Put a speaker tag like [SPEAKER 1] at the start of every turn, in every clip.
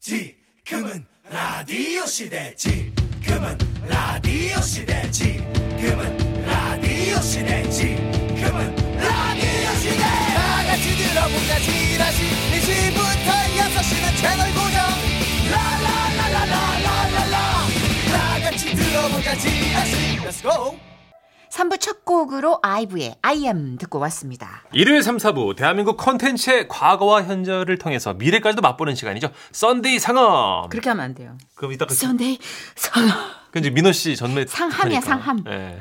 [SPEAKER 1] 지금은 라디오 시대 지금은 라디오 시대 지금은 라디오 시대 지금은 라디오 시대 다 같이 들어보자 지라시 2시부터 6시는 채널 고정 라라라라라라라라 다 같이 들어보자 지라시 Let's go
[SPEAKER 2] 3부 첫 곡으로 아이브의 I am 듣고 왔습니다.
[SPEAKER 3] 일요일 3, 4부 대한민국 컨텐츠의 과거와 현재를 통해서 미래까지도 맛보는 시간이죠. 썬데이 상암.
[SPEAKER 2] 그렇게 하면 안 돼요.
[SPEAKER 3] 그럼 이따가
[SPEAKER 2] 썬데이 상
[SPEAKER 3] 그 이제 민호 씨 전매
[SPEAKER 2] 상함이야,
[SPEAKER 3] 하니까.
[SPEAKER 2] 상함.
[SPEAKER 3] 예.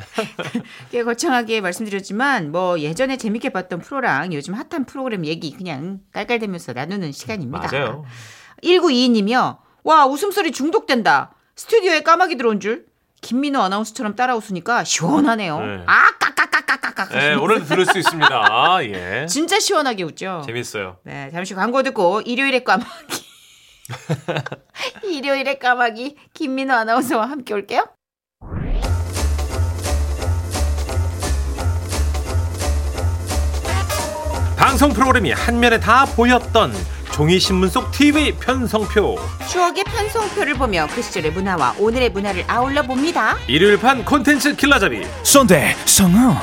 [SPEAKER 2] 꽤 거창하게 말씀드렸지만 뭐 예전에 재밌게 봤던 프로랑 요즘 핫한 프로그램 얘기 그냥 깔깔대면서 나누는 시간입니다.
[SPEAKER 3] 맞아요.
[SPEAKER 2] 1922님이요. 와 웃음소리 중독된다. 스튜디오에 까마귀 들어온 줄. 김민호 아나운서처럼 따라 웃으니까 시원하네요.
[SPEAKER 3] 네.
[SPEAKER 2] 아 까까까까까까.
[SPEAKER 3] 예, 오늘도 들을 수 있습니다. 예.
[SPEAKER 2] 진짜 시원하게 웃죠.
[SPEAKER 3] 재밌어요.
[SPEAKER 2] 네, 잠시 광고 듣고 일요일의 까마귀. 일요일의 까마귀 김민호 아나운서와 함께 올게요.
[SPEAKER 3] 방송 프로그램이 한 면에 다 보였던 종이 신문 속 TV 편성표.
[SPEAKER 2] 추억의 편성표를 보며 그 시절의 문화와 오늘의 문화를 아울러 봅니다.
[SPEAKER 3] 일요일 판 콘텐츠 킬러잡이.
[SPEAKER 1] 썬데이 성우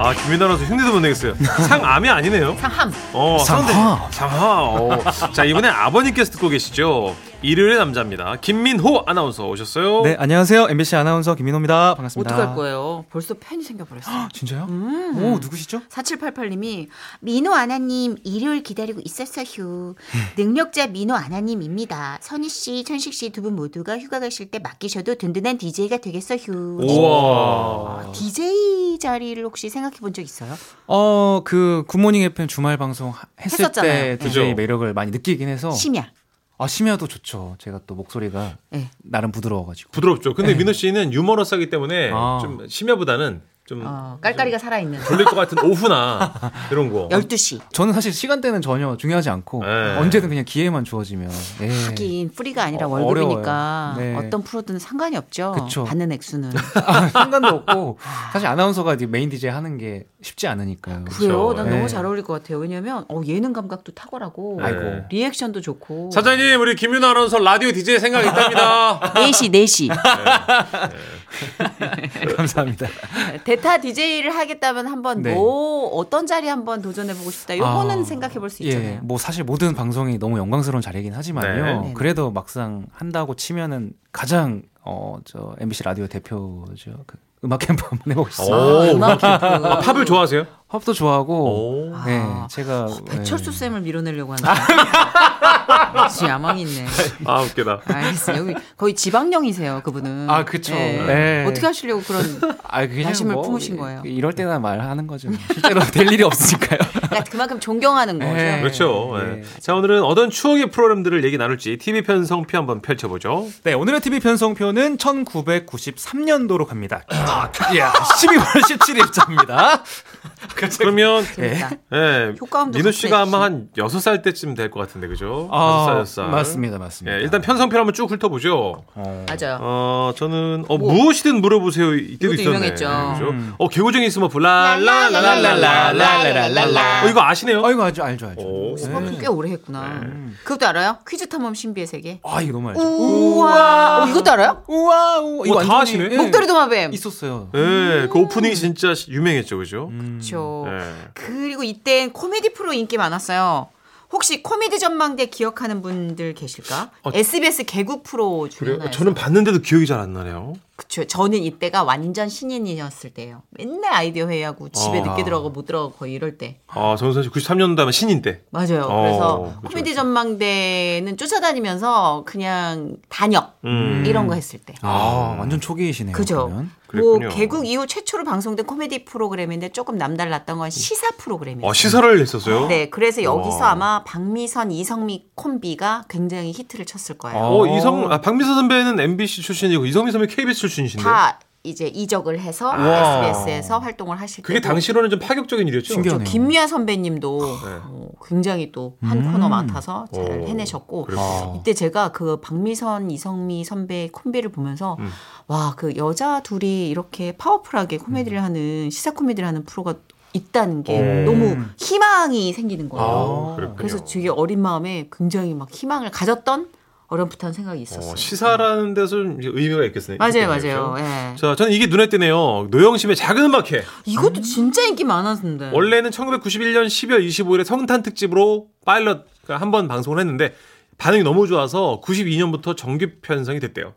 [SPEAKER 3] 아, 김민호 아나운서 흉내도 못 내겠어요. 상암이 아니네요.
[SPEAKER 2] 상함.
[SPEAKER 3] 어,
[SPEAKER 1] 상하.
[SPEAKER 3] 상대. 상하. 어. 자, 이번에 아버님께서 듣고 계시죠. 일요일의 남자입니다. 김민호 아나운서 오셨어요.
[SPEAKER 4] 네, 안녕하세요. MBC 아나운서 김민호입니다. 반갑습니다.
[SPEAKER 2] 어떡할 음. 거예요? 벌써 팬이 생겨버렸어요.
[SPEAKER 4] 진짜요? 오, 누구시죠?
[SPEAKER 2] 4788님이 민호 아나님 일요일 기다리고 있었어 휴.
[SPEAKER 4] 네.
[SPEAKER 2] 능력자 민호 아나님입니다. 선희 씨, 천식 씨 두 분 모두가 휴가 가실 때 맡기셔도 든든한 DJ가 되겠어 휴.
[SPEAKER 3] 우와.
[SPEAKER 2] DJ 자리를 혹시 생각해 본 적 있어요?
[SPEAKER 4] 어, 그 굿모닝 FM 주말 방송 하- 했을 때
[SPEAKER 2] 했었잖아요.
[SPEAKER 4] DJ
[SPEAKER 3] 그죠.
[SPEAKER 4] 매력을 많이 느끼긴 해서
[SPEAKER 2] 심야.
[SPEAKER 4] 아, 심야도 좋죠. 제가 또 목소리가
[SPEAKER 2] 예.
[SPEAKER 4] 나름 부드러워 가지고.
[SPEAKER 3] 부드럽죠. 근데 민호 씨는 유머러스하기 때문에
[SPEAKER 4] 아.
[SPEAKER 3] 좀 심야보다는 좀
[SPEAKER 4] 음.
[SPEAKER 2] 어, 깔깔이가 살아있는
[SPEAKER 3] 졸릴 것 같은 오후나 이런 거.
[SPEAKER 2] 12시.
[SPEAKER 4] 저는 사실 시간대는 전혀 중요하지 않고
[SPEAKER 3] 네.
[SPEAKER 4] 언제든 그냥 기회만 주어지면 예.
[SPEAKER 2] 하긴 프리가 아니라
[SPEAKER 4] 어,
[SPEAKER 2] 월급이니까
[SPEAKER 4] 어려워요. 네.
[SPEAKER 2] 어떤 프로든 상관이 없죠.
[SPEAKER 4] 그쵸.
[SPEAKER 2] 받는 액수는.
[SPEAKER 4] 아, 상관도 없고 사실 아나운서가 이제 메인 DJ 하는 게 쉽지 않으니까요.
[SPEAKER 2] 아, 그래요. 난
[SPEAKER 4] 네.
[SPEAKER 2] 너무 잘 어울릴 것 같아요. 왜냐면 어, 예능 감각도 탁월하고
[SPEAKER 3] 아이고.
[SPEAKER 2] 리액션도 좋고.
[SPEAKER 3] 네. 사장님, 우리 김윤호 아나운서 라디오 DJ 생각 있답니다.
[SPEAKER 2] 4시, 4시.
[SPEAKER 4] 네, 감사합니다.
[SPEAKER 2] 대타 DJ를 하겠다면 한번
[SPEAKER 4] 네.
[SPEAKER 2] 뭐 어떤 자리 한번 도전해 보고 싶다. 요거는
[SPEAKER 4] 아,
[SPEAKER 2] 생각해 볼 수
[SPEAKER 4] 예,
[SPEAKER 2] 있잖아요.
[SPEAKER 4] 뭐 사실 모든 방송이 너무 영광스러운 자리이긴 하지만요.
[SPEAKER 3] 네.
[SPEAKER 2] 네네.
[SPEAKER 4] 그래도 막상 한다고 치면은 가장 어 저 MBC 라디오 대표죠. 그 음악 캠프 한번 해보고 싶습니다.
[SPEAKER 3] 오.
[SPEAKER 2] 음악 캠프.
[SPEAKER 3] 아, 팝을 좋아하세요?
[SPEAKER 4] 팝도 좋아하고,
[SPEAKER 3] 오.
[SPEAKER 4] 네,
[SPEAKER 2] 아,
[SPEAKER 4] 제가
[SPEAKER 2] 배철수
[SPEAKER 4] 네.
[SPEAKER 2] 쌤을 밀어내려고 하는. 지 야망이 있네.
[SPEAKER 3] 아, 웃기다.
[SPEAKER 2] 알겠어요. 여기 거의 지방령이세요, 그분은.
[SPEAKER 4] 아, 그쵸.
[SPEAKER 2] 예.
[SPEAKER 4] 네.
[SPEAKER 2] 어떻게 하시려고 그런
[SPEAKER 4] 아, 그냥
[SPEAKER 2] 관심을
[SPEAKER 4] 뭐
[SPEAKER 2] 품으신 거예요. 네.
[SPEAKER 4] 이럴 때나 말하는 거죠. 실제로 될 일이 없으니까요.
[SPEAKER 2] 그러니까 그만큼 존경하는 거죠.
[SPEAKER 4] 네.
[SPEAKER 3] 그렇죠.
[SPEAKER 4] 네.
[SPEAKER 3] 예. 자, 오늘은 어떤 추억의 프로그램들을 얘기 나눌지 TV 편성표 한번 펼쳐보죠.
[SPEAKER 4] 네, 오늘의 TV 편성표는 1993년도로 갑니다. 아, 야, 12월 17일자입니다. 그렇죠.
[SPEAKER 3] 그러면
[SPEAKER 2] 재밌다.
[SPEAKER 3] 예.
[SPEAKER 2] 네. 효과음도
[SPEAKER 3] 민호
[SPEAKER 2] 같이
[SPEAKER 3] 씨가 아마
[SPEAKER 2] 해주시죠.
[SPEAKER 3] 한 여섯 살 때쯤 될 것 같은데 그죠? 다섯 살, 여섯 살.
[SPEAKER 4] 아, 맞습니다, 맞습니다.
[SPEAKER 3] 예, 일단 편성표 한번 쭉 훑어보죠.
[SPEAKER 2] 맞아요.
[SPEAKER 3] 어, 저는 어, 무엇이든 물어보세요.
[SPEAKER 2] 이것도
[SPEAKER 3] 이때도 있었네.
[SPEAKER 2] 유명했죠.
[SPEAKER 3] 그죠? 어, 개구쟁이 있으면 블라라라라라라라라라. 어, 이거 아시네요?
[SPEAKER 4] 아, 이거 알죠, 알죠, 알죠.
[SPEAKER 3] 오.
[SPEAKER 2] 그만큼 꽤 오래 했구나. 그것도 알아요? 퀴즈 탐험 신비의 세계.
[SPEAKER 4] 아, 이거 너무 알죠.
[SPEAKER 2] 우와. 어, 이것도 알아요?
[SPEAKER 4] 우와, 우와
[SPEAKER 3] 어, 다
[SPEAKER 4] 완전히-
[SPEAKER 3] 아시네?
[SPEAKER 4] 예.
[SPEAKER 2] 목도리 도마뱀.
[SPEAKER 4] 있었어요.
[SPEAKER 3] 예, 그 오프닝이 진짜 유명했죠, 그죠?
[SPEAKER 2] 그렇죠.
[SPEAKER 3] 예.
[SPEAKER 2] 그리고 이땐 코미디 프로 인기 많았어요. 혹시 코미디 전망대 기억하는 분들 계실까? SBS 개국 프로 중에
[SPEAKER 3] 그래요?
[SPEAKER 2] 하나였어요.
[SPEAKER 3] 저는 봤는데도 기억이 잘 안 나네요.
[SPEAKER 2] 그쵸. 저는 이때가 완전 신인이었을 때예요. 맨날 아이디어 회의하고 집에
[SPEAKER 3] 어.
[SPEAKER 2] 늦게 들어가고 못 들어가고 거의 이럴 때.
[SPEAKER 3] 아, 저는 사실 93년도 하면 신인 때.
[SPEAKER 2] 맞아요.
[SPEAKER 3] 어,
[SPEAKER 2] 그래서
[SPEAKER 3] 그쵸,
[SPEAKER 2] 코미디
[SPEAKER 3] 그쵸.
[SPEAKER 2] 전망대는 쫓아다니면서 그냥 단역
[SPEAKER 3] 음.
[SPEAKER 2] 이런 거 했을 때.
[SPEAKER 4] 아, 완전 초기이시네요.
[SPEAKER 2] 그죠.
[SPEAKER 4] 그러면.
[SPEAKER 2] 뭐
[SPEAKER 3] 그랬군요.
[SPEAKER 2] 개국 이후 최초로 방송된 코미디 프로그램인데 조금 남달랐던 건 시사 프로그램이에요.
[SPEAKER 3] 어, 시설을 했었어요?
[SPEAKER 2] 네, 그래서 여기서
[SPEAKER 3] 와.
[SPEAKER 2] 아마 박미선 이성미 콤비가 굉장히 히트를 쳤을 거예요.
[SPEAKER 4] 어.
[SPEAKER 3] 어, 이성, 아, 박미서 선배는 MBC 출신이고 이성미 선배 KBS 출신이신데.
[SPEAKER 2] 다 이제 이적을 해서
[SPEAKER 3] 와.
[SPEAKER 2] SBS에서 활동을 하실
[SPEAKER 3] 그게
[SPEAKER 2] 때도
[SPEAKER 3] 당시로는 좀 파격적인 일이었죠.
[SPEAKER 4] 신기하다.
[SPEAKER 2] 저
[SPEAKER 4] 네.
[SPEAKER 2] 김미아 선배님도 어, 굉장히 또 한 코너 맡아서 잘
[SPEAKER 3] 네. 오,
[SPEAKER 2] 해내셨고
[SPEAKER 3] 그랬구나.
[SPEAKER 2] 이때 제가 그 박미선 이성미 선배 콤비를 보면서
[SPEAKER 3] 음.
[SPEAKER 2] 와 그 여자 둘이 이렇게 파워풀하게 코미디를 하는 시사 코미디를 하는 프로가 있다는 게
[SPEAKER 3] 음.
[SPEAKER 2] 너무 희망이 생기는 거예요.
[SPEAKER 3] 아, 그렇군요.
[SPEAKER 2] 그래서 되게 어린 마음에 굉장히 막 희망을 가졌던 어렴풋한 생각이 있었어요.
[SPEAKER 3] 어, 시사라는 데서 좀 이제 의미가 있겠어요.
[SPEAKER 2] 맞아요,
[SPEAKER 3] 있겠네요.
[SPEAKER 2] 맞아요. 예.
[SPEAKER 3] 음. 자, 저는 이게 눈에 띄네요. 노영심의 작은 음악회.
[SPEAKER 2] 이것도 진짜 인기 많았는데.
[SPEAKER 3] 원래는 1991년 12월 25일에 성탄 특집으로 파일럿 한 번 방송을 했는데 반응이 너무 좋아서 92년부터 정규 편성이 됐대요.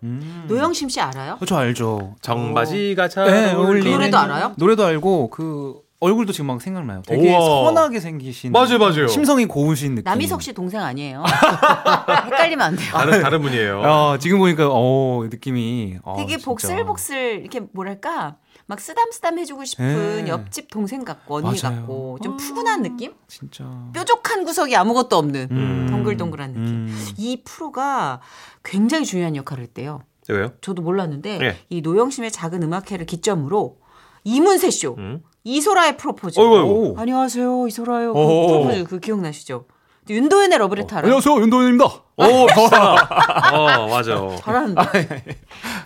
[SPEAKER 2] 노영심 씨 알아요?
[SPEAKER 4] 음.
[SPEAKER 3] 음.
[SPEAKER 4] 어, 저 알죠.
[SPEAKER 3] 정바지가
[SPEAKER 4] 네,
[SPEAKER 3] 잘
[SPEAKER 4] 어울리는-
[SPEAKER 3] 어울리네.
[SPEAKER 2] 노래도 알아요?
[SPEAKER 4] 노래도 알고 그 얼굴도 지금 막 생각나요. 되게
[SPEAKER 3] 우와.
[SPEAKER 4] 선하게 생기신.
[SPEAKER 3] 맞아요, 맞아요.
[SPEAKER 4] 심성이 고우신 느낌.
[SPEAKER 3] 음.
[SPEAKER 2] 남희석 씨 동생 아니에요?
[SPEAKER 5] 헷갈리면 안 돼요.
[SPEAKER 3] 다른 다른 분이에요.
[SPEAKER 4] 아, 지금 보니까 어 느낌이
[SPEAKER 3] 아,
[SPEAKER 4] 어,
[SPEAKER 2] 되게
[SPEAKER 4] 진짜.
[SPEAKER 2] 복슬복슬 이렇게 뭐랄까 막 쓰담쓰담 해주고 싶은
[SPEAKER 4] 네.
[SPEAKER 2] 옆집 동생 같고 언니
[SPEAKER 4] 맞아요.
[SPEAKER 2] 같고 좀 푸근한 느낌?
[SPEAKER 4] 진짜.
[SPEAKER 3] 음.
[SPEAKER 2] 뾰족한 구석이 아무것도 없는
[SPEAKER 4] 음.
[SPEAKER 2] 동글동글한 느낌.
[SPEAKER 4] 음.
[SPEAKER 2] 이 프로가 굉장히 중요한 역할을 했대요.
[SPEAKER 3] 왜요?
[SPEAKER 2] 저도 몰랐는데
[SPEAKER 3] 예.
[SPEAKER 2] 이 노영심의 작은 음악회를 기점으로 이문세 쇼
[SPEAKER 3] 음.
[SPEAKER 2] 이소라의 프로포즈.
[SPEAKER 3] 어이구, 어이구.
[SPEAKER 2] 안녕하세요 이소라요. 그
[SPEAKER 3] 어어.
[SPEAKER 2] 프로포즈 그 기억나시죠? 윤도현의
[SPEAKER 3] 어,
[SPEAKER 2] 러브레타라.
[SPEAKER 4] 윤도현입니다.
[SPEAKER 3] 오, 비슷하다. 어, 맞아. 예,
[SPEAKER 2] 잘하는데.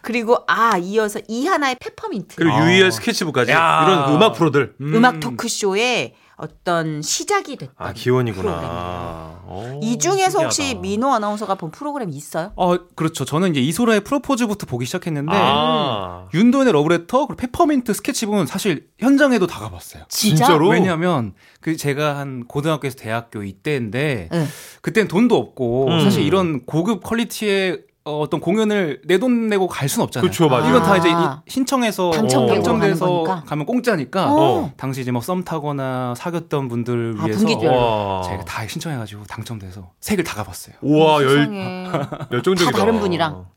[SPEAKER 2] 그리고 아 이어서 이하나의 페퍼민트.
[SPEAKER 3] 그리고
[SPEAKER 4] 아.
[SPEAKER 3] 유희열 스케치북까지
[SPEAKER 4] 야.
[SPEAKER 3] 이런 그 음악 프로들.
[SPEAKER 2] 음악 토크쇼의 어떤 시작이 됐다.
[SPEAKER 3] 아, 기원이구나.
[SPEAKER 2] 프로그램이에요.
[SPEAKER 3] 오,
[SPEAKER 2] 이 중에서 혹시
[SPEAKER 3] 신기하다.
[SPEAKER 2] 민호 아나운서가 본 프로그램 있어요?
[SPEAKER 4] 어 그렇죠. 저는 이제 이소라의 프로포즈부터 보기 시작했는데
[SPEAKER 2] 네.
[SPEAKER 3] 아.
[SPEAKER 4] 윤도현의 러브레터 그리고 페퍼민트 스케치북은 사실 현장에도 다 가봤어요.
[SPEAKER 2] 진짜?
[SPEAKER 3] 진짜로?
[SPEAKER 4] 왜냐하면 그 제가 한 고등학교에서 대학교 이때인데
[SPEAKER 2] 네.
[SPEAKER 4] 그땐 돈도 없고
[SPEAKER 3] 음.
[SPEAKER 4] 사실 이런 고급 퀄리티의 어, 어떤 공연을 내 돈 내고 갈 순 없잖아요.
[SPEAKER 3] 그쵸, 맞아요.
[SPEAKER 4] 이건 다 이제
[SPEAKER 2] 아.
[SPEAKER 4] 이- 신청해서 뭐
[SPEAKER 2] 당첨되고
[SPEAKER 4] 당첨돼서
[SPEAKER 2] 가는 거니까.
[SPEAKER 4] 가면 공짜니까
[SPEAKER 3] 어.
[SPEAKER 4] 당시 이제 막 썸 타거나 사귀었던 분들을
[SPEAKER 2] 아,
[SPEAKER 4] 위해서
[SPEAKER 2] 분기별.
[SPEAKER 3] 와.
[SPEAKER 4] 제가 다 음. 신청해가지고 당첨돼서 색을 다 가봤어요.
[SPEAKER 3] 우와, 열,
[SPEAKER 2] 세상에. 다
[SPEAKER 3] 열정적이다.
[SPEAKER 2] 다른 분이랑.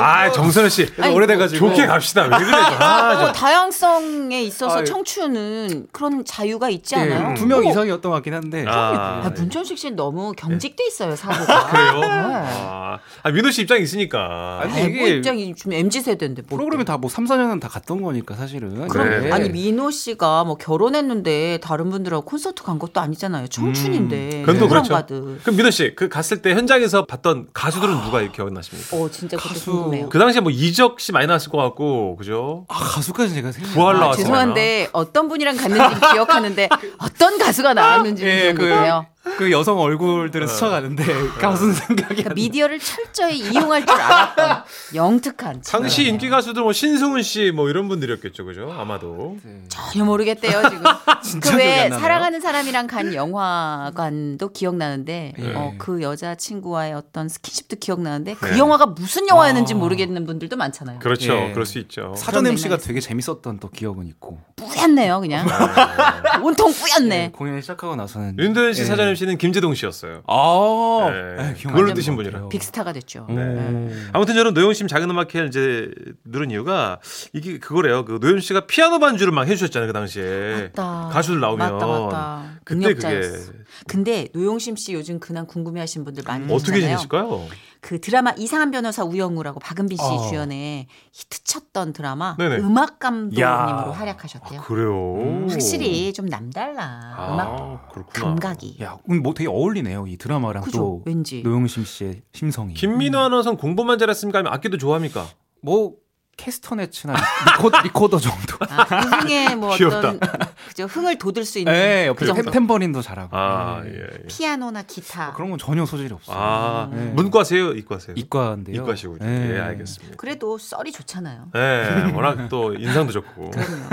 [SPEAKER 3] 아, 정선우 씨.
[SPEAKER 2] 아니,
[SPEAKER 4] 오래돼가지고
[SPEAKER 3] 좋게 갑시다. 왜 그래? 아,
[SPEAKER 2] 어, 다양성에 있어서
[SPEAKER 4] 아유.
[SPEAKER 2] 청춘은 그런 자유가 있지 않아요?
[SPEAKER 4] 예, 두명 이상이었던 것 같긴 한데
[SPEAKER 3] 아,
[SPEAKER 2] 아, 문천식 씨는 너무
[SPEAKER 4] 예.
[SPEAKER 2] 경직돼 있어요
[SPEAKER 4] 아,
[SPEAKER 2] 사고가.
[SPEAKER 3] 그래요?
[SPEAKER 2] 네.
[SPEAKER 3] 아, 아, 민호 씨 입장이 있으니까.
[SPEAKER 4] 아니,
[SPEAKER 2] 아니,
[SPEAKER 4] 이게
[SPEAKER 2] 뭐 입장이 지금 mz 세대인데 뭐.
[SPEAKER 4] 프로그램이 예. 다 뭐 3, 4년은 다 갔던 거니까 사실은.
[SPEAKER 2] 그럼
[SPEAKER 3] 네.
[SPEAKER 2] 아니 민호 씨가 뭐 결혼했는데 다른 분들하고 콘서트 간 것도 아니잖아요. 청춘인데.
[SPEAKER 3] 그건 또
[SPEAKER 2] 누구랑
[SPEAKER 3] 그렇죠.
[SPEAKER 2] 가든.
[SPEAKER 3] 그럼 민호 씨, 그 갔을 때 현장에서 봤던 가수들은 누가 기억나십니까?
[SPEAKER 2] 어 진짜 그것도
[SPEAKER 4] 가수.
[SPEAKER 2] 궁금해요.
[SPEAKER 3] 그 당시에 뭐 이적 씨 많이 나왔을 것 같고, 그죠?
[SPEAKER 4] 아, 가수까지 제가 생각.
[SPEAKER 3] 부활
[SPEAKER 2] 아,
[SPEAKER 3] 나왔어요. 그
[SPEAKER 2] 죄송한데 어떤 분이랑 갔는지 기억하는데 어떤 가수가 나왔는지
[SPEAKER 4] 예,
[SPEAKER 2] 는
[SPEAKER 4] 그,
[SPEAKER 2] 모르요.
[SPEAKER 4] 그 여성 얼굴들은
[SPEAKER 3] 네.
[SPEAKER 4] 스쳐가는데 가수는 생각이 안 나.
[SPEAKER 2] 그러니까 미디어를 철저히 이용할 줄 알았던 영특한 친구.
[SPEAKER 3] 당시
[SPEAKER 4] 네.
[SPEAKER 3] 인기 가수들 뭐 신승훈 씨 뭐 이런 분들이었겠죠, 그죠? 아마도.
[SPEAKER 2] 전혀 모르겠대요 지금.
[SPEAKER 4] 네. 진짜 기억이 안
[SPEAKER 2] 그왜
[SPEAKER 4] 나네요.
[SPEAKER 2] 사랑하는 사람이랑 간 영화관도 기억나는데
[SPEAKER 3] 예.
[SPEAKER 2] 어, 그 여자 친구와의 어떤 스킨십도 기억나는데 그
[SPEAKER 3] 네.
[SPEAKER 2] 영화가 무슨 영화였는지 모르겠는 분들도 많잖아요.
[SPEAKER 3] 그렇죠.
[SPEAKER 4] 예.
[SPEAKER 3] 그럴 수 있죠.
[SPEAKER 4] 사전
[SPEAKER 2] 그런
[SPEAKER 4] MC가
[SPEAKER 3] 네.
[SPEAKER 2] 맥락에서.
[SPEAKER 4] 되게 재밌었던 또 기억은 있고.
[SPEAKER 2] 뿌였네요 그냥. 온통 뿌였네.
[SPEAKER 4] 공연 시작하고 나서는
[SPEAKER 3] 윤도현 씨
[SPEAKER 4] 예.
[SPEAKER 3] 사장님 씨는 김재동 씨였어요.
[SPEAKER 4] 아,
[SPEAKER 3] 네.
[SPEAKER 4] 예, 기억
[SPEAKER 3] 그걸로
[SPEAKER 4] 안
[SPEAKER 3] 드신
[SPEAKER 4] 나는
[SPEAKER 3] 분이라.
[SPEAKER 4] 것 같아요. 네.
[SPEAKER 2] 빅스타가 됐죠.
[SPEAKER 3] 네.
[SPEAKER 2] 예.
[SPEAKER 3] 아무튼 저는 노영 씨 작은 음악회를 이제 누른 이유가 이게 그거래요. 그 노영 씨가 피아노 반주를 막 해주셨잖아요 그 당시에
[SPEAKER 2] 맞다.
[SPEAKER 3] 가수들 나오면
[SPEAKER 2] 맞다, 맞다.
[SPEAKER 3] 그때
[SPEAKER 2] 능력자였어.
[SPEAKER 3] 그게 음.
[SPEAKER 2] 근데 노용심 씨 요즘 근황 궁금해하신 분들 많이
[SPEAKER 3] 어떻게
[SPEAKER 2] 계시잖아요.
[SPEAKER 3] 지내실까요?
[SPEAKER 2] 그 드라마 이상한 변호사 우영우라고 박은빈 씨
[SPEAKER 4] 어.
[SPEAKER 2] 주연의 히트쳤던 드라마
[SPEAKER 3] 아. 네네.
[SPEAKER 2] 음악 감독님으로
[SPEAKER 4] 야.
[SPEAKER 2] 활약하셨대요.
[SPEAKER 3] 아,
[SPEAKER 2] 음,
[SPEAKER 3] 그래요.
[SPEAKER 2] 확실히 좀 남달라
[SPEAKER 3] 아,
[SPEAKER 2] 음악
[SPEAKER 3] 그렇구나.
[SPEAKER 2] 감각이.
[SPEAKER 4] 야, 오늘 뭐 되게 어울리네요. 이 드라마랑
[SPEAKER 2] 그죠?
[SPEAKER 4] 또
[SPEAKER 2] 왠지
[SPEAKER 4] 노영심 씨의 심성이.
[SPEAKER 3] 네. 김민호
[SPEAKER 2] 음.
[SPEAKER 3] 아나운서는 공부만 잘했습니까? 아니면 악기도 좋아합니까?
[SPEAKER 4] 뭐 캐스터네츠나 리코, 리코더 정도.
[SPEAKER 2] 아, 그 흥에 뭐
[SPEAKER 3] 귀엽다.
[SPEAKER 2] 어떤 그죠 흥을 돋을 수 있는
[SPEAKER 4] 예, 옆에
[SPEAKER 2] 그 정도.
[SPEAKER 4] 템- 템버린도 잘하고.
[SPEAKER 3] 네,
[SPEAKER 2] 음.
[SPEAKER 3] 아,
[SPEAKER 4] 예.
[SPEAKER 3] 예. 예.
[SPEAKER 2] 피아노나 기타.
[SPEAKER 4] 그런 건 전혀 소질이 없어요.
[SPEAKER 3] 아,
[SPEAKER 2] 네.
[SPEAKER 4] 예.
[SPEAKER 3] 문과세요? 이과세요?
[SPEAKER 4] 이과인데요.
[SPEAKER 3] 이과시군요.
[SPEAKER 4] 예.
[SPEAKER 3] 예, 알겠습니다.
[SPEAKER 2] 그래도 썰이 좋잖아요.
[SPEAKER 3] 예, 워낙 또 인상도 좋고.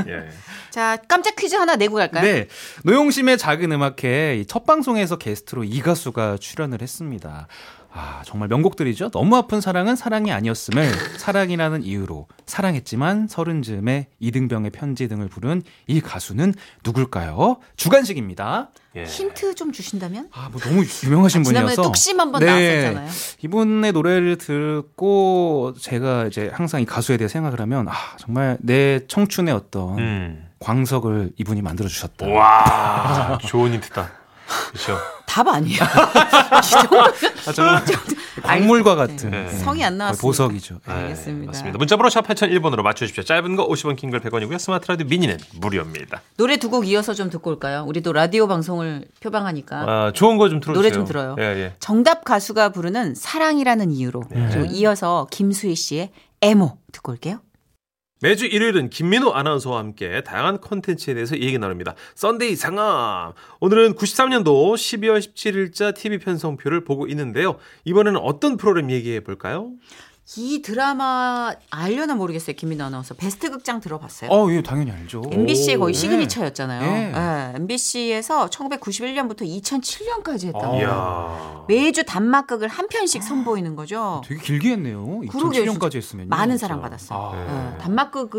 [SPEAKER 3] 예.
[SPEAKER 2] 자 깜짝 퀴즈 하나 내고 갈까요?
[SPEAKER 4] 네, 노용심의 작은 음악회 이첫 방송에서 게스트로 이 가수가 출연을 했습니다. 아 정말 명곡들이죠. 너무 아픈 사랑은 사랑이 아니었음을 사랑이라는 이유로 사랑했지만 서른 즈음에 이등병의 편지 등을 부른 이 가수는 누굴까요? 주간식입니다.
[SPEAKER 3] 예.
[SPEAKER 2] 힌트 좀 주신다면?
[SPEAKER 4] 아 뭐 너무
[SPEAKER 3] 네.
[SPEAKER 4] 유명하신
[SPEAKER 2] 지난번에
[SPEAKER 4] 분이어서 네.
[SPEAKER 2] 뚝심 한번 나왔었잖아요.
[SPEAKER 4] 이분의 노래를 듣고 제가 이제 항상 이 가수에 대해 생각을 하면 아 정말 내 청춘의 어떤
[SPEAKER 3] 음.
[SPEAKER 4] 광석을 이분이 만들어 주셨다.
[SPEAKER 2] 음.
[SPEAKER 3] 와, 좋은 힌트다. 그렇죠.
[SPEAKER 2] 답 아니에요.
[SPEAKER 4] 아, 정말 광물과 같은
[SPEAKER 3] 네.
[SPEAKER 2] 아, 성이 안
[SPEAKER 4] 거의
[SPEAKER 2] 네. 나왔습니다.
[SPEAKER 4] 보석이죠. 예.
[SPEAKER 2] 알겠습니다.
[SPEAKER 3] 맞습니다. 문자번호 샵 8001번으로 맞춰주십시오. 짧은 거 50원, 긴 걸 100원이고요. 스마트 라디오 미니는 무료입니다.
[SPEAKER 2] 노래 두 곡 이어서 좀 듣고 올까요? 우리도 라디오 방송을 표방하니까
[SPEAKER 3] 아, 좋은 거 좀 들어주세요.
[SPEAKER 2] 노래 좀 들어요.
[SPEAKER 3] 예, 예.
[SPEAKER 2] 정답 가수가
[SPEAKER 4] 네.
[SPEAKER 2] 부르는 사랑이라는 이유로 그리고 이어서 김수희 씨의 에모 듣고 올게요.
[SPEAKER 3] 매주 일요일은 김민호 아나운서와 함께 다양한 콘텐츠에 대해서 얘기 나눕니다. 썬데이 상암. 오늘은 93년도 12월 17일자 TV 편성표를 보고 있는데요. 이번에는 어떤 프로그램 얘기해 볼까요?
[SPEAKER 2] 이 드라마 알려나 모르겠어요. 김민호 아나운서 베스트 극장 들어봤어요?
[SPEAKER 4] 어, 예, 당연히 알죠.
[SPEAKER 2] MBC의 거의
[SPEAKER 4] 네.
[SPEAKER 2] 시그니처였잖아요.
[SPEAKER 4] 네.
[SPEAKER 2] 예, MBC에서 1991년부터 2007년까지 했다고.
[SPEAKER 4] 아.
[SPEAKER 3] 이야.
[SPEAKER 2] 매주 단막극을 한 편씩 선보이는 거죠.
[SPEAKER 4] 네. 되게 길게 했네요.
[SPEAKER 2] 그러게요,
[SPEAKER 4] 2007년까지 했으면
[SPEAKER 2] 많은 사랑 받았어요.
[SPEAKER 4] 아,
[SPEAKER 3] 네.
[SPEAKER 2] 예,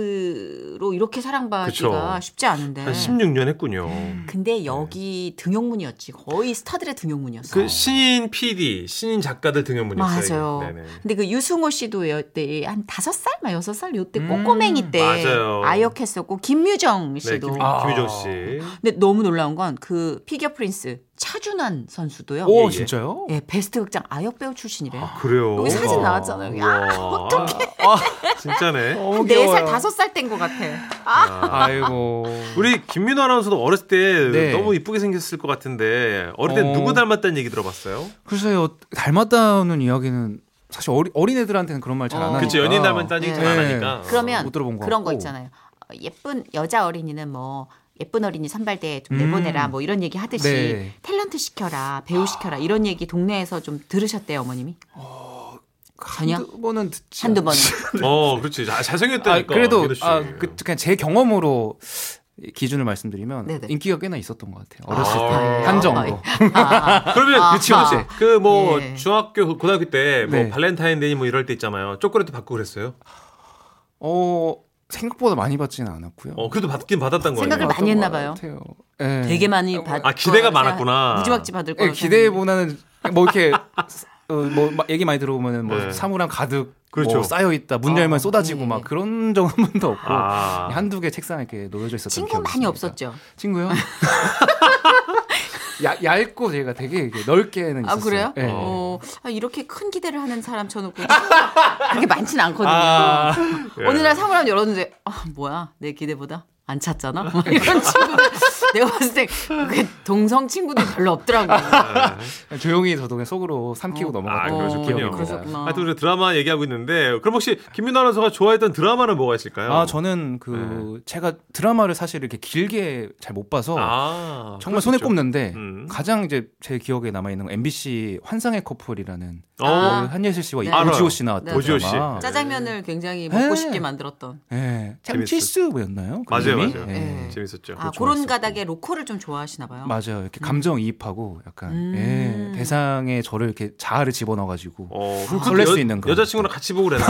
[SPEAKER 2] 단막극으로 이렇게 사랑받기가
[SPEAKER 3] 그쵸.
[SPEAKER 2] 쉽지 않은데.
[SPEAKER 3] 한 16년 했군요.
[SPEAKER 2] 근데 여기 등용문이었지. 거의 스타들의 등용문이었어.
[SPEAKER 3] 그 신인 PD, 신인 작가들 등용문이었어요.
[SPEAKER 2] 맞아요.
[SPEAKER 3] 네네.
[SPEAKER 2] 근데 그 유승호 씨도 요때 한 다섯 살, 막 여섯 살 요때 꼬꼬맹이 때
[SPEAKER 3] 맞아요.
[SPEAKER 2] 아역했었고 김유정
[SPEAKER 3] 네,
[SPEAKER 2] 씨도.
[SPEAKER 3] 김,
[SPEAKER 4] 아.
[SPEAKER 3] 김유정 씨.
[SPEAKER 2] 근데 너무 놀라운 건 그 피겨 프린스 차준환 선수도요.
[SPEAKER 4] 아, 오,
[SPEAKER 3] 예, 예.
[SPEAKER 4] 진짜요?
[SPEAKER 2] 예, 베스트 극장 아역 배우 출신이래요.
[SPEAKER 3] 그래요.
[SPEAKER 2] 여기 사진
[SPEAKER 3] 우와.
[SPEAKER 2] 나왔잖아요.
[SPEAKER 3] 우와. 아, 진짜네.
[SPEAKER 4] 너무
[SPEAKER 2] 한 네 살
[SPEAKER 4] 어, 귀여워요.
[SPEAKER 2] 다섯 살 땐 것 같아.
[SPEAKER 4] 아이고.
[SPEAKER 3] 우리 김민호 아나운서도 어렸을 때
[SPEAKER 4] 네.
[SPEAKER 3] 너무 이쁘게 생겼을 것 같은데 어릴 때
[SPEAKER 4] 어.
[SPEAKER 3] 누구 닮았다는 얘기 들어봤어요?
[SPEAKER 4] 글쎄요, 닮았다는 이야기는 사실 어리, 어린 애들한테는 그런 말 잘 안
[SPEAKER 2] 어.
[SPEAKER 4] 하니까.
[SPEAKER 3] 그치 연예인
[SPEAKER 4] 아.
[SPEAKER 3] 닮았다는 얘기
[SPEAKER 2] 네.
[SPEAKER 3] 잘 안 하니까.
[SPEAKER 2] 그러면
[SPEAKER 4] 못 들어본 것
[SPEAKER 2] 그런 거
[SPEAKER 4] 같고.
[SPEAKER 2] 있잖아요. 어, 예쁜 여자 어린이는 뭐 예쁜 어린이 선발대에 좀
[SPEAKER 4] 음.
[SPEAKER 2] 내보내라 뭐 이런 얘기 하듯이
[SPEAKER 4] 네.
[SPEAKER 2] 탤런트 시켜라 배우 시켜라 이런 얘기 동네에서 좀 들으셨대요 어머님이
[SPEAKER 3] 아,
[SPEAKER 2] 전혀
[SPEAKER 4] 한두 번은 듣지.
[SPEAKER 2] 한두 번은
[SPEAKER 3] 어, 그렇지. 잘,
[SPEAKER 4] 아,
[SPEAKER 3] 잘생겼다니까.
[SPEAKER 4] 그래도
[SPEAKER 3] 민호 씨.
[SPEAKER 4] 아, 그, 그냥 제 경험으로 기준을 말씀드리면
[SPEAKER 2] 네네. 예.
[SPEAKER 4] 인기가 꽤나 있었던 것 같아요. 어렸을
[SPEAKER 3] 아.
[SPEAKER 4] 때 한정으로.
[SPEAKER 2] 아,
[SPEAKER 3] 그러면
[SPEAKER 2] 아,
[SPEAKER 3] 그치 혹시
[SPEAKER 2] 아.
[SPEAKER 3] 그뭐
[SPEAKER 2] 예.
[SPEAKER 3] 중학교 고등학교 때 뭐
[SPEAKER 4] 네.
[SPEAKER 3] 발렌타인데이 뭐 이럴 때 있잖아요. 초콜릿 받고 그랬어요.
[SPEAKER 4] 어 생각보다 많이 받지는 않았고요.
[SPEAKER 3] 어, 그래도 받긴 받았던 거예요.
[SPEAKER 2] 생각을 많이 했나 봐요.
[SPEAKER 4] 같아요. 예.
[SPEAKER 2] 되게 많이 받.
[SPEAKER 3] 아, 기대가 많았구나.
[SPEAKER 2] 무지막지 받을
[SPEAKER 4] 예,
[SPEAKER 2] 거예요.
[SPEAKER 4] 기대보다는 뭐 이렇게 어, 뭐 막 얘기 많이 들어보면은 뭐
[SPEAKER 3] 네.
[SPEAKER 4] 사물함 가득
[SPEAKER 3] 그렇죠.
[SPEAKER 4] 뭐 쌓여 있다. 문 열면
[SPEAKER 2] 아,
[SPEAKER 4] 쏟아지고
[SPEAKER 2] 예, 예.
[SPEAKER 4] 막 그런 적은 한 번도 없고
[SPEAKER 3] 아.
[SPEAKER 4] 한두 개 책상에 이렇게 놓여져 있었던
[SPEAKER 2] 친구
[SPEAKER 4] 기억이
[SPEAKER 2] 많이
[SPEAKER 4] 있습니다.
[SPEAKER 2] 없었죠.
[SPEAKER 4] 친구요? 야, 얇고 제가 되게 이게 넓게는
[SPEAKER 2] 아
[SPEAKER 4] 있었어요.
[SPEAKER 2] 그래요?
[SPEAKER 4] 예.
[SPEAKER 2] 어, 아, 이렇게 큰 기대를 하는 사람 쳐놓고 그렇게 많지는 않거든요.
[SPEAKER 3] 아. 예.
[SPEAKER 2] 어느 날 사물함 열었는데 아 뭐야 내 기대보다 안 찼잖아 막 이런 친구들 내가 봤을 때 그게 동성 친구들 별로 없더라고.
[SPEAKER 4] 네, 조용히 저도 그냥 속으로 삼키고 넘어갔던
[SPEAKER 3] 아, 그러셨군요.
[SPEAKER 4] 기억입니다.
[SPEAKER 2] 그러셨구나.
[SPEAKER 3] 하여튼 우리 드라마 얘기하고 있는데 그럼 혹시 김민호 아나운서가 좋아했던 드라마는 뭐가 있을까요?
[SPEAKER 4] 아, 저는 그 제가 드라마를 사실 이렇게 길게 잘 못 봐서
[SPEAKER 3] 아,
[SPEAKER 4] 정말
[SPEAKER 3] 그럴 수
[SPEAKER 4] 손에
[SPEAKER 3] 있죠.
[SPEAKER 4] 꼽는데
[SPEAKER 3] 음.
[SPEAKER 4] 가장 이제 제 기억에 남아 있는 건 MBC 환상의 커플이라는
[SPEAKER 3] 어,
[SPEAKER 2] 아.
[SPEAKER 4] 그 한예슬 씨와
[SPEAKER 2] 네.
[SPEAKER 4] 오지호 씨 나왔던
[SPEAKER 2] 네.
[SPEAKER 3] 오지호
[SPEAKER 4] 드라마.
[SPEAKER 3] 씨.
[SPEAKER 2] 짜장면을 굉장히 먹고
[SPEAKER 4] 네.
[SPEAKER 2] 싶게 만들었던.
[SPEAKER 4] 예.
[SPEAKER 3] 재밌었어요.
[SPEAKER 4] 참칠수였나요? 그
[SPEAKER 3] 맞아요,
[SPEAKER 4] 이름이?
[SPEAKER 3] 맞아요.
[SPEAKER 4] 예.
[SPEAKER 3] 재밌었죠.
[SPEAKER 4] 그거
[SPEAKER 2] 아 그런
[SPEAKER 4] 좋아했었고.
[SPEAKER 2] 가닥에 로코를 좀 좋아하시나 봐요.
[SPEAKER 4] 맞아요. 이렇게 감정 이입하고 약간
[SPEAKER 2] 음.
[SPEAKER 4] 예, 대상에 저를 이렇게 자아를 집어넣어 가지고
[SPEAKER 3] 어,
[SPEAKER 4] 설렐 수 있는 그런 음.
[SPEAKER 3] 여자친구랑 같이 보고 그랬나?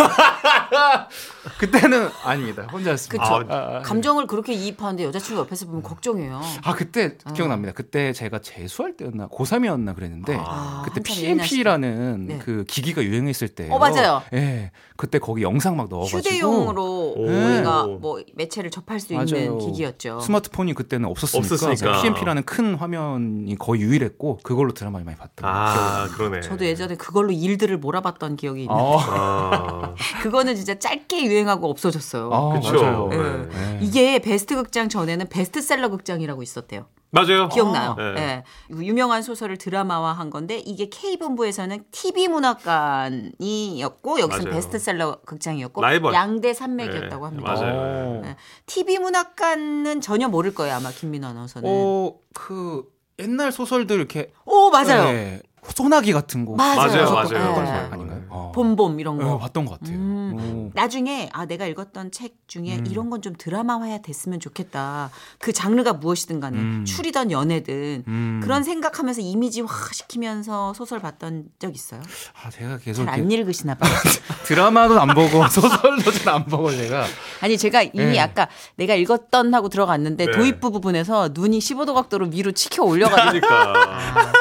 [SPEAKER 4] 그때는 아닙니다. 혼자였습니다.
[SPEAKER 2] 그쵸.
[SPEAKER 4] 아, 아, 아.
[SPEAKER 2] 감정을 그렇게 이입하는데 여자친구 옆에서 보면 걱정해요.
[SPEAKER 4] 아 그때
[SPEAKER 2] 어.
[SPEAKER 4] 기억납니다. 그때 제가 재수할 때였나 고3이었나 그랬는데
[SPEAKER 2] 아,
[SPEAKER 4] 그때
[SPEAKER 2] 한참 예민하시다.
[SPEAKER 4] PMP라는
[SPEAKER 2] 네.
[SPEAKER 4] 그 기기가 유행했을 때.
[SPEAKER 2] 어, 맞아요.
[SPEAKER 4] 예. 그때 거기 영상 막 넣어 가지고
[SPEAKER 2] 휴대용으로
[SPEAKER 3] 오.
[SPEAKER 2] 우리가
[SPEAKER 4] 음.
[SPEAKER 2] 뭐 매체를 접할 수 있는
[SPEAKER 4] 맞아요.
[SPEAKER 2] 기기였죠.
[SPEAKER 4] 스마트폰이 그때는 없었으니까,
[SPEAKER 3] 없었으니까.
[SPEAKER 4] PMP라는 큰 화면이 거의 유일했고 그걸로 드라마를 많이 봤던 것 같아요.
[SPEAKER 3] 아, 그러네.
[SPEAKER 2] 저도 예전에 그걸로 일들을 몰아봤던 기억이 있는데
[SPEAKER 4] 아,
[SPEAKER 3] 아,
[SPEAKER 2] 그거는 진짜 짧게 유행하고 없어졌어요.
[SPEAKER 4] 아,
[SPEAKER 3] 그쵸.
[SPEAKER 4] 맞아요.
[SPEAKER 3] 네.
[SPEAKER 4] 예.
[SPEAKER 2] 이게 베스트 극장 전에는 베스트셀러 극장이라고 있었대요.
[SPEAKER 3] 맞아요.
[SPEAKER 2] 기억나요?
[SPEAKER 3] 아, 네.
[SPEAKER 2] 예. 유명한 소설을 드라마화 한 건데 이게 K본부에서는 TV문학관이었고 여기서
[SPEAKER 3] 맞아요.
[SPEAKER 2] 베스트셀러 극장이었고
[SPEAKER 3] 라이벌.
[SPEAKER 2] 양대 산맥이었다고
[SPEAKER 3] 네,
[SPEAKER 2] 합니다.
[SPEAKER 4] 어.
[SPEAKER 3] 맞아요.
[SPEAKER 2] 예. TV문학관은 전혀 모를 거예요 아마 김민호 아나운서는.
[SPEAKER 4] 어, 그 옛날 소설들 이렇게
[SPEAKER 2] 오 네. 맞아요.
[SPEAKER 3] 네.
[SPEAKER 4] 예. 소나기 같은 거.
[SPEAKER 2] 맞아요. 네.
[SPEAKER 3] 맞아요,
[SPEAKER 4] 봤었던
[SPEAKER 3] 맞아요,
[SPEAKER 4] 거
[SPEAKER 3] 맞아요.
[SPEAKER 4] 아닌가요? 어.
[SPEAKER 2] 봄봄 음. 이런
[SPEAKER 4] 예,
[SPEAKER 2] 거.
[SPEAKER 4] 봤던 것 같아요. 오.
[SPEAKER 2] 나중에 아 내가 읽었던 책 중에
[SPEAKER 3] 음.
[SPEAKER 2] 이런 건 좀 드라마화야 됐으면 좋겠다. 그 장르가 무엇이든 간에
[SPEAKER 4] 음.
[SPEAKER 2] 추리든 연애든
[SPEAKER 4] 음.
[SPEAKER 2] 그런 생각하면서 이미지화 시키면서 소설 봤던 적 있어요?
[SPEAKER 4] 아, 제가 계속
[SPEAKER 2] 잘
[SPEAKER 4] 이렇게
[SPEAKER 2] 안 읽으시나 봐요.
[SPEAKER 4] 드라마도 안 보고 소설도 잘 안 보고 제가
[SPEAKER 2] 아니 제가 이미
[SPEAKER 4] 네.
[SPEAKER 2] 아까 내가 읽었던 하고 들어갔는데
[SPEAKER 3] 네.
[SPEAKER 2] 도입부 부분에서 눈이 15도 각도로 위로 치켜 올려가지고
[SPEAKER 3] 그러니까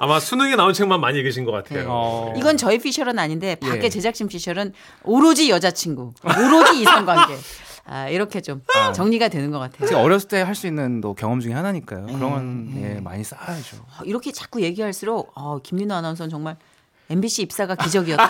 [SPEAKER 3] 아마 수능에 나온 책만 많이 읽으신 것 같아요.
[SPEAKER 2] 네.
[SPEAKER 4] 어.
[SPEAKER 2] 이건 저희 피셜은 아닌데 밖에
[SPEAKER 4] 예.
[SPEAKER 2] 제작진 피셜은 오로지 여자친구, 오로지 이성관계. 아, 이렇게 좀 정리가 되는 것 같아요.
[SPEAKER 4] 제가 어렸을 때 할 수 있는 또 경험 중에 하나니까요.
[SPEAKER 3] 음.
[SPEAKER 4] 그런 건 예, 많이 쌓아야죠.
[SPEAKER 2] 어, 이렇게 자꾸 얘기할수록 어, 김민호 아나운서는 정말 MBC 입사가 기적이었다.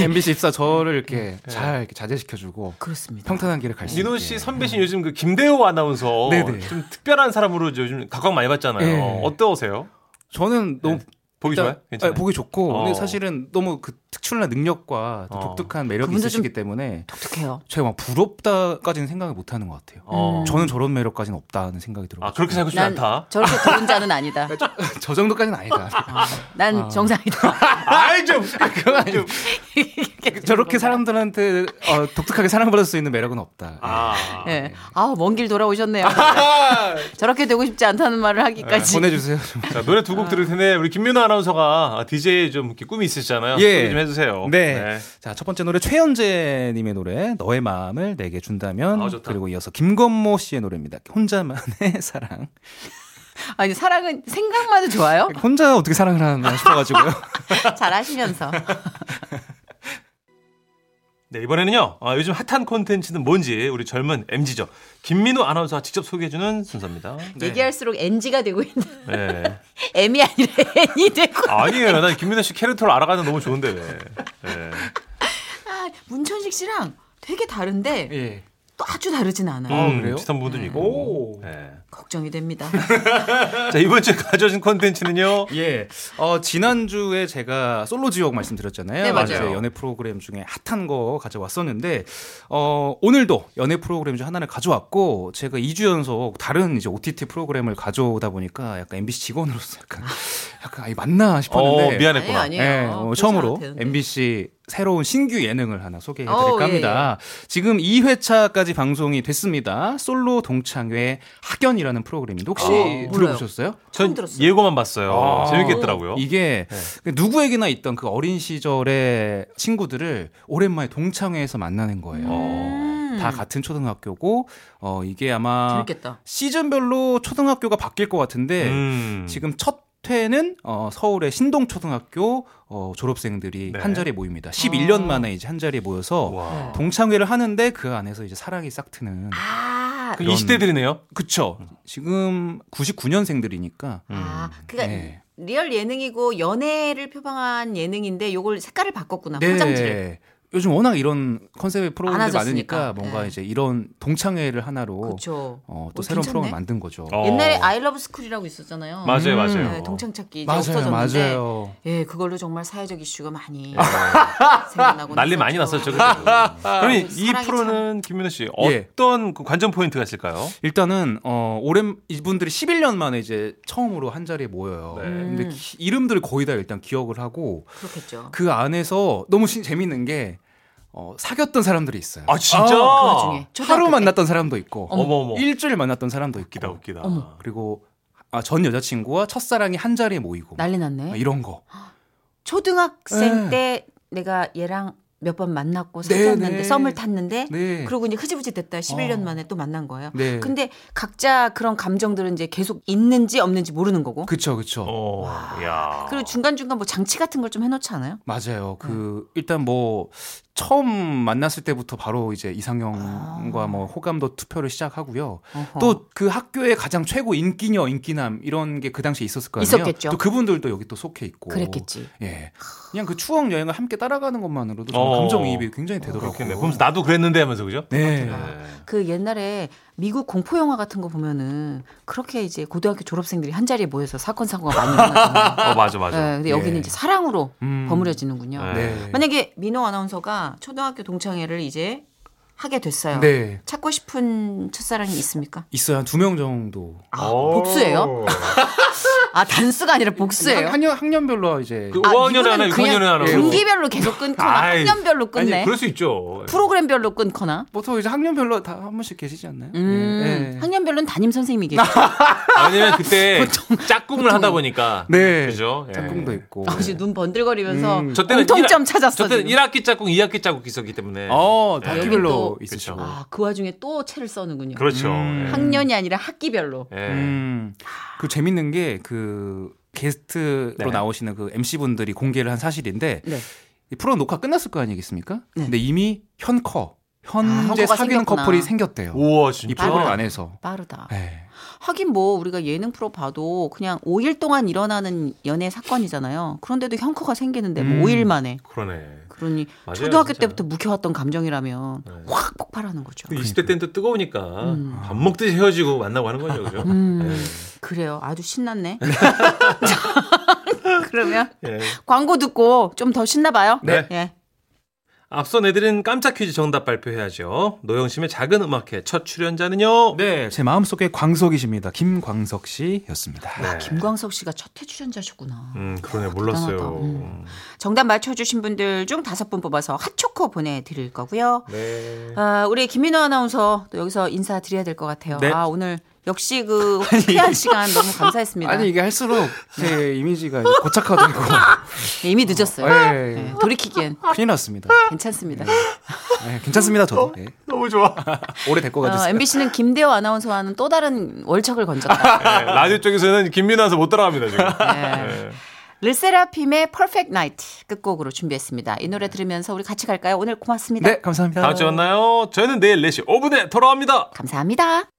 [SPEAKER 4] MBC 입사 저를 이렇게 잘 이렇게 자제시켜주고
[SPEAKER 2] 그렇습니다.
[SPEAKER 4] 평탄한 길을 갈 수 있게.
[SPEAKER 3] 음. 네. 민호 씨 선배신 요즘 그 김대호 아나운서
[SPEAKER 4] 네. 네네.
[SPEAKER 3] 좀 특별한 사람으로 요즘 각광 많이 받잖아요.
[SPEAKER 4] 예.
[SPEAKER 3] 어떠세요?
[SPEAKER 4] 저는 너무
[SPEAKER 3] 네. 보기
[SPEAKER 4] 일단-
[SPEAKER 3] 좋아요? 괜찮아요?
[SPEAKER 4] 네, 보기 좋고
[SPEAKER 3] 어.
[SPEAKER 4] 근데 사실은 너무 그 특출난 능력과 또
[SPEAKER 3] 어.
[SPEAKER 4] 독특한 매력이
[SPEAKER 2] 그분도
[SPEAKER 4] 있으시기
[SPEAKER 2] 좀-
[SPEAKER 4] 때문에
[SPEAKER 2] 독특해요.
[SPEAKER 4] 제가 막 부럽다까지는 생각을 못 하는 것 같아요.
[SPEAKER 3] 어.
[SPEAKER 2] 음.
[SPEAKER 4] 저는 저런 매력까지는 없다는 생각이 들어요.
[SPEAKER 3] 아 그렇게 살고 싶지
[SPEAKER 2] 난
[SPEAKER 3] 않다.
[SPEAKER 2] 저렇게 좋은 자는 아니다.
[SPEAKER 4] 저 정도까지는 아니다.
[SPEAKER 2] 난 정상이다.
[SPEAKER 3] 아이 좀
[SPEAKER 4] 저렇게 사람들한테 어, 독특하게 사랑받을 수 있는 매력은 없다.
[SPEAKER 3] 아.
[SPEAKER 2] 예. 아우 먼 길 돌아오셨네요. 저렇게 되고 싶지 않다는 말을 아,
[SPEAKER 4] 아,
[SPEAKER 2] 하기까지.
[SPEAKER 4] 보내주세요. 좀.
[SPEAKER 3] 자, 노래 두 곡 들을 텐데 우리 김민호 아나운서가 DJ 좀 이렇게 꿈이 있으시잖아요.
[SPEAKER 4] 예.
[SPEAKER 3] 소개 좀 해주세요.
[SPEAKER 4] 네. 자, 첫 번째 노래 최현재님의 노래 너의 마음을 내게 준다면
[SPEAKER 3] 아, 좋다.
[SPEAKER 4] 그리고 이어서 김건모 씨의 노래입니다. 혼자만의 사랑.
[SPEAKER 2] 아니 사랑은 생각만은 좋아요.
[SPEAKER 4] 혼자 어떻게 사랑을 하나 싶어가지고요.
[SPEAKER 2] 잘하시면서.
[SPEAKER 3] 네, 이번에는요. 아, 요즘 핫한 콘텐츠는 뭔지 우리 젊은 MZ죠. 김민호 아나운서가 직접 소개해주는 순서입니다.
[SPEAKER 2] 네. 얘기할수록 NG가 되고 있는
[SPEAKER 3] 네.
[SPEAKER 2] M이 아니라 N이 되고.
[SPEAKER 3] 아니에요. 난 김민호 씨 캐릭터를 알아가는 데 너무 좋은데 왜. 네.
[SPEAKER 2] 아, 문천식 씨랑 되게 다른데
[SPEAKER 4] 예.
[SPEAKER 2] 또 아주 다르진 않아요.
[SPEAKER 4] 아, 그래요?
[SPEAKER 3] 음, 비슷한 부분도 있고.
[SPEAKER 4] 오.
[SPEAKER 3] 네.
[SPEAKER 2] 걱정이 됩니다.
[SPEAKER 3] 자, 이번 주에 가져오신 콘텐츠는요.
[SPEAKER 4] 예. 어, 지난주에 제가 솔로 지옥 말씀드렸잖아요.
[SPEAKER 2] 네, 맞아요.
[SPEAKER 4] 이제 연애 프로그램 중에 핫한 거 가져왔었는데, 어, 오늘도 연애 프로그램 중 하나를 가져왔고, 제가 2주 연속 다른 이제 OTT 프로그램을 가져오다 보니까 약간 MBC 직원으로서 약간, 약간, 아니, 맞나
[SPEAKER 3] 어,
[SPEAKER 4] 싶었는데.
[SPEAKER 3] 미안했구나.
[SPEAKER 2] 아니에요, 아니에요.
[SPEAKER 4] 예, 어,
[SPEAKER 2] 그렇지
[SPEAKER 4] 처음으로
[SPEAKER 2] 않아도 되는데.
[SPEAKER 4] MBC 새로운 신규 예능을 하나 소개해
[SPEAKER 2] 어우,
[SPEAKER 4] 드릴까
[SPEAKER 2] 예,
[SPEAKER 4] 합니다. 지금 2회차까지 방송이 됐습니다. 솔로 동창회 학연이라는 프로그램인데 혹시
[SPEAKER 2] 어,
[SPEAKER 4] 들어보셨어요?
[SPEAKER 3] 전
[SPEAKER 2] 들었어요.
[SPEAKER 3] 예고만 봤어요.
[SPEAKER 4] 아.
[SPEAKER 3] 재밌겠더라고요. 네.
[SPEAKER 4] 이게 그 누구에게나 있던 그 어린 시절의 친구들을 오랜만에 동창회에서 만나는 거예요.
[SPEAKER 2] 어,
[SPEAKER 4] 다 같은 초등학교고 어 이게 아마
[SPEAKER 2] 음. 재밌겠다.
[SPEAKER 4] 시즌별로 초등학교가 바뀔 것 같은데
[SPEAKER 3] 음.
[SPEAKER 4] 네. 지금 첫 회는 어, 서울의 신동 초등학교 어, 졸업생들이
[SPEAKER 3] 네.
[SPEAKER 4] 한 자리에 모입니다. 11년 만에 이제 한 자리에 모여서
[SPEAKER 3] 와.
[SPEAKER 4] 동창회를 하는데 그 안에서 이제 사랑이 싹트는
[SPEAKER 2] 아,
[SPEAKER 3] 그
[SPEAKER 4] 이런-
[SPEAKER 3] 이 시대들이네요.
[SPEAKER 4] 그쵸 지금 99년생들이니까
[SPEAKER 2] 아, 그니까
[SPEAKER 4] 네.
[SPEAKER 2] 리얼 예능이고 연애를 표방한 예능인데 요걸 색깔을 바꿨구나. 포장지를.
[SPEAKER 4] 네. 요즘 워낙 이런 컨셉의 프로그램이
[SPEAKER 2] 많아졌으니까.
[SPEAKER 4] 많으니까 뭔가
[SPEAKER 2] 네.
[SPEAKER 4] 이제 이런 동창회를 하나로
[SPEAKER 2] 그렇죠.
[SPEAKER 4] 어, 또
[SPEAKER 2] 어,
[SPEAKER 4] 새로운
[SPEAKER 2] 괜찮네.
[SPEAKER 4] 프로그램을 만든 거죠.
[SPEAKER 3] 어.
[SPEAKER 2] 옛날에 아이러브 스쿨이라고 있었잖아요.
[SPEAKER 3] 맞아요,
[SPEAKER 4] 음.
[SPEAKER 3] 맞아요.
[SPEAKER 2] 네, 동창 찾기 이제
[SPEAKER 4] 맞아요,
[SPEAKER 2] 없어졌는데
[SPEAKER 4] 맞아요.
[SPEAKER 2] 예, 그걸로 정말 사회적 이슈가 많이
[SPEAKER 3] 네.
[SPEAKER 2] 생겨나고 네,
[SPEAKER 3] 난리 많이 났었죠. 그때. 그럼 이- 이
[SPEAKER 2] 사랑이
[SPEAKER 3] 프로는 김민호 씨
[SPEAKER 4] 예.
[SPEAKER 3] 어떤 그 관전 포인트가 있을까요?
[SPEAKER 4] 일단은 어 오랜 이분들이 11년 만에 이제 처음으로 한 자리에 모여요.
[SPEAKER 3] 네.
[SPEAKER 2] 음.
[SPEAKER 4] 근데 기- 이름들을 거의 다 일단 기억을 하고
[SPEAKER 2] 그렇겠죠.
[SPEAKER 4] 그 안에서 너무 신- 재밌는 게 어, 사귀었던 사람들이 있어요.
[SPEAKER 3] 아 진짜.
[SPEAKER 2] 그 중에
[SPEAKER 4] 하루 만났던 사람도 있고,
[SPEAKER 3] 어머 어머.
[SPEAKER 4] 일주일 만났던 사람도 있고,
[SPEAKER 3] 웃기다 웃기다.
[SPEAKER 4] 그리고 아, 전 여자친구와 첫사랑이 한 자리에 모이고,
[SPEAKER 2] 난리 났네.
[SPEAKER 4] 아, 이런 거. 네.
[SPEAKER 2] 초등학생 때 내가 얘랑 몇 번 만났고
[SPEAKER 4] 네,
[SPEAKER 2] 사귀었는데
[SPEAKER 4] 네.
[SPEAKER 2] 썸을 탔는데
[SPEAKER 4] 네.
[SPEAKER 2] 그러고 이제 흐지부지 됐다 11년 만에 또 만난 거예요.
[SPEAKER 4] 네.
[SPEAKER 2] 근데 각자 그런 감정들은 이제 계속 있는지 없는지 모르는 거고.
[SPEAKER 4] 그쵸, 그쵸.
[SPEAKER 3] 어. 야.
[SPEAKER 2] 그리고 중간중간 뭐 장치 같은 걸 좀 해놓지 않아요?
[SPEAKER 4] 맞아요.
[SPEAKER 2] 음.
[SPEAKER 4] 그 일단 뭐 처음 만났을 때부터 바로 이제 이상형과
[SPEAKER 2] 아.
[SPEAKER 4] 뭐 호감도 투표를 시작하고요.
[SPEAKER 2] 어허.
[SPEAKER 4] 또 그 학교의 가장 최고 인기녀, 인기남 이런 게 그 당시에 있었을 거아요
[SPEAKER 2] 있었겠죠.
[SPEAKER 4] 또 그분들도 여기 또 속해 있고.
[SPEAKER 2] 그랬겠지.
[SPEAKER 4] 예. 그냥 그 추억 여행을 함께 따라가는 것만으로도 저는
[SPEAKER 3] 어.
[SPEAKER 4] 감정이입이 굉장히 되더라고요.
[SPEAKER 3] 그렇겠네. 보면서 나도 그랬는데 하면서 그죠?
[SPEAKER 4] 네.
[SPEAKER 2] 그 옛날에 미국 공포 영화 같은 거 보면은 그렇게 이제 고등학교 졸업생들이 한 자리에 모여서 사건 사고가 많이 일어나잖아요.
[SPEAKER 3] 어 맞아 맞아.
[SPEAKER 2] 예, 근데 여기는
[SPEAKER 4] 예.
[SPEAKER 2] 이제 사랑으로
[SPEAKER 4] 음.
[SPEAKER 2] 버무려지는군요.
[SPEAKER 4] 네.
[SPEAKER 2] 만약에 민호 아나운서가 초등학교 동창회를 이제 하게 됐어요.
[SPEAKER 4] 네.
[SPEAKER 2] 찾고 싶은 첫사랑이 있습니까?
[SPEAKER 4] 있어야 한 두 명 정도.
[SPEAKER 2] 아,
[SPEAKER 3] 오.
[SPEAKER 2] 복수예요? 아, 단수가 아니라 복수예요?
[SPEAKER 4] 학- 학년 학년별로 이제
[SPEAKER 3] 그
[SPEAKER 2] 아,
[SPEAKER 3] 5학년에 하나,
[SPEAKER 2] 이분은
[SPEAKER 3] 6학년에 하나.
[SPEAKER 2] 그냥 분기별로 계속 끊거나
[SPEAKER 3] 아이,
[SPEAKER 2] 학년별로
[SPEAKER 3] 아니
[SPEAKER 2] 끊네.
[SPEAKER 3] 그럴 수 있죠.
[SPEAKER 2] 프로그램별로 끊거나.
[SPEAKER 4] 보통 이제 학년별로 다 한 번씩 계시지 않나요?
[SPEAKER 2] 음,
[SPEAKER 3] 네,
[SPEAKER 4] 예.
[SPEAKER 2] 학년별로는 담임 선생님이겠죠.
[SPEAKER 3] 아니면 그때 짝꿍을 하다 보니까.
[SPEAKER 4] 네.
[SPEAKER 3] 그죠? 예.
[SPEAKER 4] 짝꿍도 있고.
[SPEAKER 2] 아, 지금 눈 번들거리면서
[SPEAKER 4] 음.
[SPEAKER 3] 저 때는
[SPEAKER 2] 공통점
[SPEAKER 3] 일-
[SPEAKER 2] 찾았어,
[SPEAKER 3] 저 때는
[SPEAKER 2] 지금.
[SPEAKER 3] 1학기 짝꿍, 2학기 짝꿍 있었기 때문에.
[SPEAKER 4] 어,
[SPEAKER 3] 예.
[SPEAKER 4] 학기별로
[SPEAKER 2] 여기도-
[SPEAKER 4] 있으시고.
[SPEAKER 3] 그쵸.
[SPEAKER 2] 아, 그 와중에 또 채를 써는군요.
[SPEAKER 3] 네. 그렇죠.
[SPEAKER 4] 음.
[SPEAKER 3] 예.
[SPEAKER 2] 학년이 아니라 학기별로.
[SPEAKER 3] 예.
[SPEAKER 4] 음. 그 재밌는 게 그 게스트로
[SPEAKER 3] 네.
[SPEAKER 4] 나오시는 그 MC 분들이 공개를 한 사실인데
[SPEAKER 2] 네.
[SPEAKER 4] 이 프로 녹화 끝났을 거 아니겠습니까?
[SPEAKER 2] 네.
[SPEAKER 4] 근데 이미 현커 현재
[SPEAKER 2] 현커가
[SPEAKER 4] 사귀는
[SPEAKER 2] 생겼구나.
[SPEAKER 4] 커플이 생겼대요.
[SPEAKER 3] 우와
[SPEAKER 4] 이
[SPEAKER 3] 진짜.
[SPEAKER 4] 프로그램 안에서.
[SPEAKER 2] 빠르다.
[SPEAKER 4] 네.
[SPEAKER 2] 하긴 뭐 우리가 예능 프로 봐도 그냥 5일 동안 일어나는 연애 사건이잖아요. 그런데도 형커가 생기는데
[SPEAKER 4] 음.
[SPEAKER 2] 뭐 5일 만에.
[SPEAKER 3] 그러네.
[SPEAKER 2] 그러니
[SPEAKER 3] 맞아요,
[SPEAKER 2] 초등학교
[SPEAKER 3] 진짜.
[SPEAKER 2] 때부터 묵혀왔던 감정이라면
[SPEAKER 3] 네. 그
[SPEAKER 2] 확 폭발하는 거죠.
[SPEAKER 3] 근데
[SPEAKER 4] 그러니까.
[SPEAKER 3] 20대 때는 또 뜨거우니까
[SPEAKER 2] 음.
[SPEAKER 3] 밥 먹듯이 헤어지고 네. 만나고 하는 거죠. 그죠?
[SPEAKER 2] 음,
[SPEAKER 3] 예.
[SPEAKER 2] 그래요. 아주 신났네. 그러면
[SPEAKER 3] 예.
[SPEAKER 2] 광고 듣고 좀 더 신나봐요.
[SPEAKER 3] 네.
[SPEAKER 2] 예.
[SPEAKER 3] 앞선 애들은 깜짝 퀴즈 정답 발표해야죠. 노영심의 작은 음악회 첫 출연자는요.
[SPEAKER 4] 네, 제 마음속에 광석이십니다. 김광석 씨였습니다.
[SPEAKER 3] 네.
[SPEAKER 2] 김광석 씨가 첫해 출연자셨구나.
[SPEAKER 3] 음, 그러네 몰랐어요.
[SPEAKER 2] 아, 대단하다. 음.
[SPEAKER 5] 정답 맞춰주신 분들 중 다섯 분 뽑아서 핫초코 보내드릴 거고요.
[SPEAKER 3] 네.
[SPEAKER 2] 아, 우리 김민호 아나운서 또 여기서 인사드려야 될 것 같아요.
[SPEAKER 4] 네.
[SPEAKER 2] 아, 오늘 역시 그 호쾌한 시간 너무 감사했습니다.
[SPEAKER 4] 아니 이게 할수록 제 이미지가 이제 고착화되고
[SPEAKER 2] 네, 이미 늦었어요.
[SPEAKER 4] 아, 예, 예.
[SPEAKER 2] 네, 돌이키기엔
[SPEAKER 4] 큰일 났습니다.
[SPEAKER 2] 괜찮습니다.
[SPEAKER 4] 예, 괜찮습니다, 저도. 예.
[SPEAKER 3] 너무 좋아.
[SPEAKER 4] 오래 될 것
[SPEAKER 2] 어,
[SPEAKER 4] 같았어요.
[SPEAKER 2] MBC는 김대호 아나운서와는 또 다른 월척을 건졌다.
[SPEAKER 3] 네, 라디오 쪽에서는 김민아서 못 따라갑니다 지금.
[SPEAKER 2] 네. 르세라핌의 Perfect Night 끝곡으로 준비했습니다. 이 노래 들으면서 우리 같이 갈까요? 오늘 고맙습니다.
[SPEAKER 4] 네, 감사합니다.
[SPEAKER 3] 다음 주에 만나요. 저희는 내일 4시 5분에 돌아옵니다.
[SPEAKER 2] 감사합니다.